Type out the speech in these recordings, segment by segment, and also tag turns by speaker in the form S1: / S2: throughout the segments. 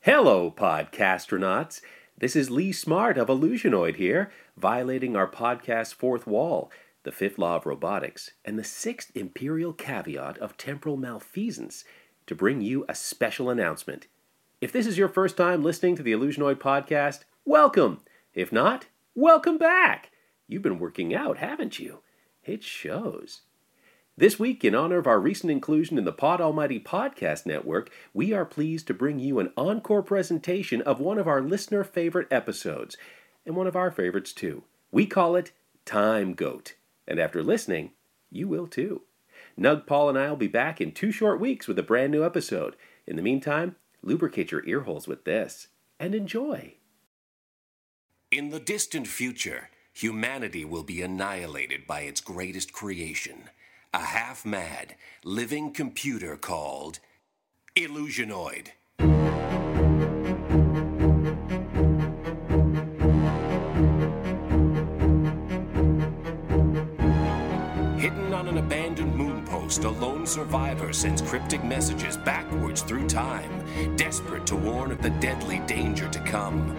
S1: Hello, podcastronauts. This is Lee Smart of Illusionoid here, violating our podcast's fourth wall, the fifth law of robotics, and the sixth imperial caveat of temporal malfeasance to bring you a special announcement. If this is your first time listening to the Illusionoid podcast, welcome! If not, welcome back! You've been working out, haven't you? It shows. This week, in honor of our recent inclusion in the Pod Almighty Podcast Network, we are pleased to bring you an encore presentation of one of our listener favorite episodes, and one of our favorites too. We call it Time Goat, and after listening, you will too. Nug Paul and I will be back in two short weeks with a brand new episode. In the meantime, lubricate your earholes with this and enjoy.
S2: In the distant future, humanity will be annihilated by its greatest creation a half mad, living computer called Illusionoid. Hidden on an abandoned moon post, a lone survivor sends cryptic messages backwards through time, desperate to warn of the deadly danger to come.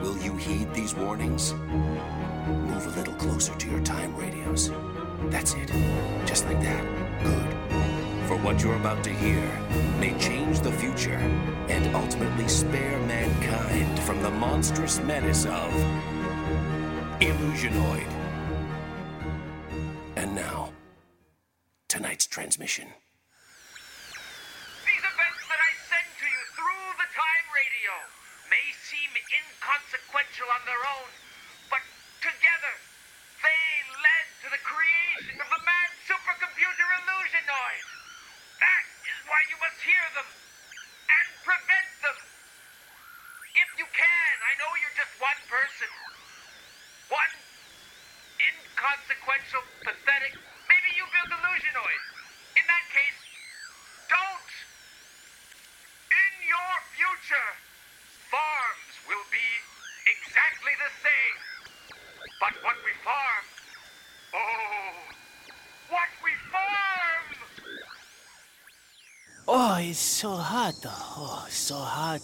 S2: Will you heed these warnings? Move a little closer to your time radios. That's it. Just like that. Good. For what you're about to hear may change the future and ultimately spare mankind from the monstrous menace of Illusionoid. And now, tonight's transmission.
S3: These events that I send to you through the time radio may seem inconsequential on their own, but together they led to the creation of the mad supercomputer Illusionoid. That is why you must hear them and prevent them. If you can, I know you're just one person. One inconsequential, pathetic, maybe you build Illusionoid. In that case, don't! In your future, farms will be exactly the same. But what we farm, oh, what we farm!
S4: Oh, it's so hot. Oh, so hot.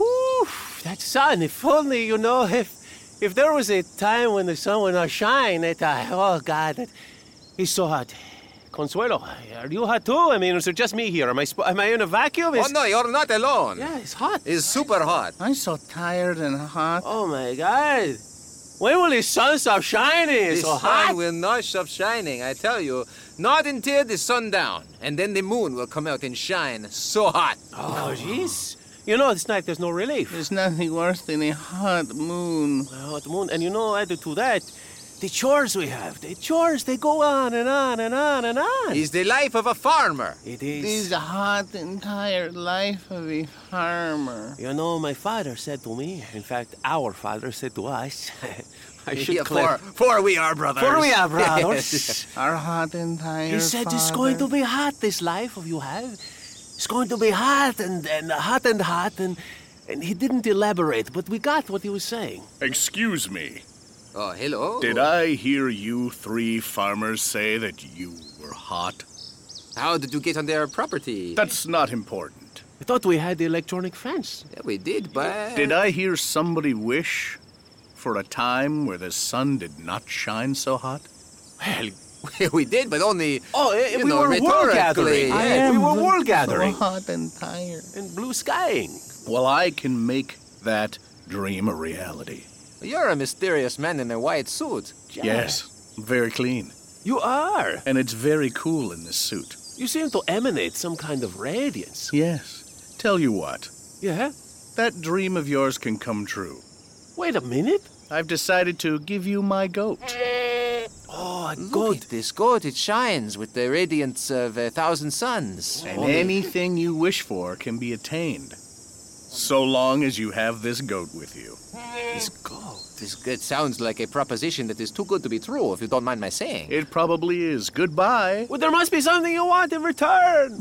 S4: Oof, that sun. If only, you know, if if there was a time when the sun would not shine, it, uh, oh, God, it, it's so hot. Consuelo, are you hot too? I mean, is it just me here? Am I, sp- am I in a vacuum?
S5: Oh
S4: Is-
S5: no, you're not alone.
S4: Yeah, it's hot.
S5: It's super hot.
S6: I'm so tired and hot.
S4: Oh, my God. When will the sun stop shining? It's
S5: The
S4: so
S5: sun
S4: hot.
S5: will not stop shining, I tell you. Not until the sundown, and then the moon will come out and shine. So hot.
S4: Oh, jeez. You know, it's like there's no relief.
S6: There's nothing worse than a hot moon.
S4: Well, at the moon, and you know, added to that, the chores we have, the chores, they go on and on and on and on.
S5: Is the life of a farmer.
S4: it is.
S6: This hot and tired life of a farmer.
S4: You know, my father said to me, in fact, our father said to us, I should
S5: Yeah, for,
S4: clar-
S5: for we are brothers.
S4: For we are brothers.
S6: Our hot and tired.
S4: he said it's going to
S6: father.
S4: be hot, this life of you have. It's going to be hot and, and hot and hot and and he didn't elaborate, but we got what he was saying.
S7: Excuse me,
S5: Oh, hello.
S7: did I hear you three farmers say that you were hot?
S5: How did you get on their property?
S7: That's not important.
S4: I thought we had the electronic fence.
S5: yeah, we did, but.
S7: Did I hear somebody wish for a time where the sun did not shine so hot?
S4: Well,
S5: we did, but only.
S4: oh, eh,
S5: you
S4: we
S5: know,
S4: were world gathering.
S5: rhetorically. Yeah.
S4: we were world
S6: So
S4: gathering
S6: hot and tired.
S4: and blue skying.
S7: Well, I can make that dream a reality.
S5: You're a mysterious man in a white suit.
S7: Yes, very clean.
S4: You are.
S7: And it's very cool in this suit.
S4: You seem to emanate some kind of radiance.
S7: Yes. Tell you what,
S4: Yeah?
S7: that dream of yours can come true.
S4: Wait a minute.
S7: I've decided to give you my goat.
S4: Oh,
S1: God,
S5: Look
S1: gold.
S5: at this goat. It shines with the radiance of a thousand suns.
S8: And anything you wish for can be attained. So long as you have this goat with you.
S5: This goat. This, it sounds like a proposition that is too good to be true, if you don't mind my saying.
S8: It probably is. Goodbye.
S1: Well, there must be something you want in return.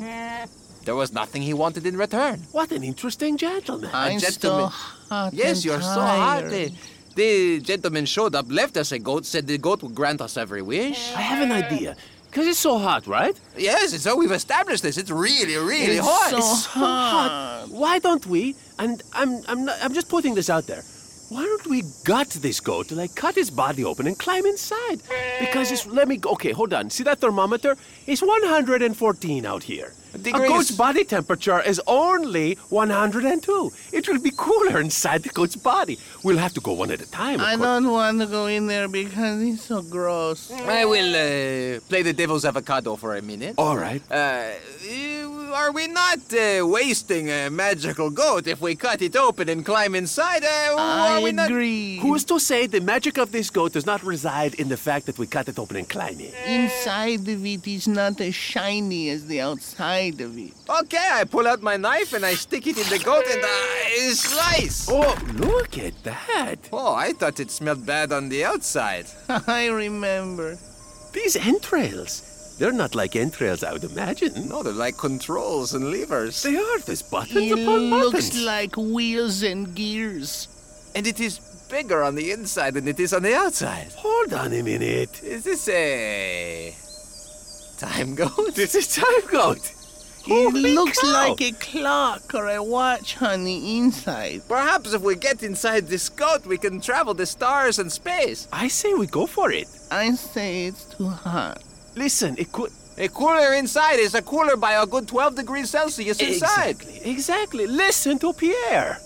S5: There was nothing he wanted in return.
S1: What an interesting gentleman.
S9: I'm
S5: gentleman.
S9: still hot.
S5: Yes,
S9: and
S5: you're so hot.
S9: tired.
S5: The, the gentleman showed up, left us a goat, said the goat will grant us every wish.
S1: I have an idea. Because it's so hot, right?
S5: Yes, and so we've established this. It's really, really
S9: It's
S5: hot.
S9: so
S5: It's-
S9: hot.
S1: Why don't we? And I'm, I'm, not, I'm just putting this out there. Why don't we gut this goat, like cut his body open and climb inside? Because it's. Let me. go. Okay, hold on. See that thermometer? It's 114 out here. A
S5: Degrees.
S1: goat's body temperature is only 102. It will be cooler inside the goat's body. We'll have to go one at a time. Of
S9: I
S1: course.
S9: don't want to go in there because he's so gross.
S5: I will uh, play the devil's avocado for a minute.
S9: Oh.
S1: All right.
S5: Uh, are we not uh, wasting a magical goat if we cut it open and climb inside? Uh,
S9: I
S5: are we not?
S9: agree.
S1: Who is to say the magic of this goat does not reside in the fact that we cut it open and climb it?
S9: Inside of it is not as shiny as the outside of it.
S5: Okay, I pull out my knife and I stick it in the goat and I slice.
S1: Oh, look at that.
S5: Oh, I thought it smelled bad on the outside.
S9: I remember.
S1: These entrails. They're not like entrails, I would imagine.
S5: No, they're like controls and levers.
S1: They are. There's buttons
S9: It
S1: upon
S9: looks
S1: buttons.
S9: like wheels and gears.
S5: And it is bigger on the inside than it is on the outside.
S1: Hold on a minute.
S5: Is this a time goat?
S1: This is time goat.
S9: It
S1: Holy
S9: looks
S1: cow.
S9: like a clock or a watch on the inside.
S5: Perhaps if we get inside this goat, we can travel the stars and space.
S1: I say we go for it.
S9: I say it's too hot.
S1: Listen, it could.
S5: A cooler inside is a cooler by a good 12 degrees Celsius inside.
S1: Exactly. Exactly. Listen to Pierre.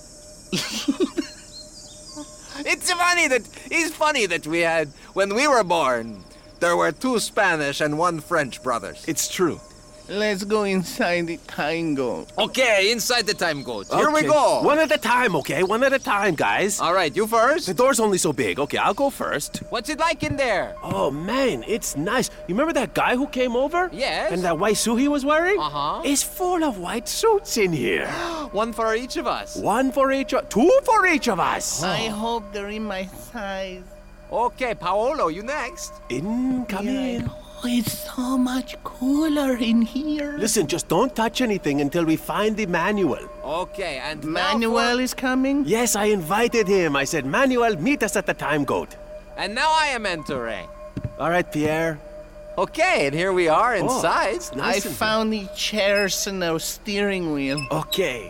S5: It's funny that it's funny that we had when we were born. There were two Spanish and one French brothers.
S1: It's true.
S9: Let's go inside the tango.
S5: Okay, inside the time goat. Here we
S1: Okay.
S5: go. Uh,
S1: One at a time, okay? One at a time, guys.
S5: All right, you first.
S1: The door's only so big. Okay, I'll go first.
S5: What's it like in there?
S1: Oh man, it's nice. You remember that guy who came over?
S5: Yes.
S1: And that white suit he was wearing?
S5: Uh-huh.
S1: It's full of white suits in here.
S5: One for each of us.
S1: One for each, o- two for each of us.
S9: Oh. I hope they're in my size.
S5: Okay, Paolo, you next.
S1: In, come
S9: You're
S1: in.
S9: like, oh, it's so much cooler in here.
S1: Listen, just don't touch anything until we find the manual.
S5: Okay, and now for-
S9: Manuel is coming.
S1: Yes, I invited him. I said, Manuel, meet us at the time goat.
S5: and now I am entering.
S1: All right, Pierre.
S5: Okay, and here we are inside.
S1: it's
S9: I
S1: nice in
S9: found the chairs and the steering wheel.
S1: here. Okay.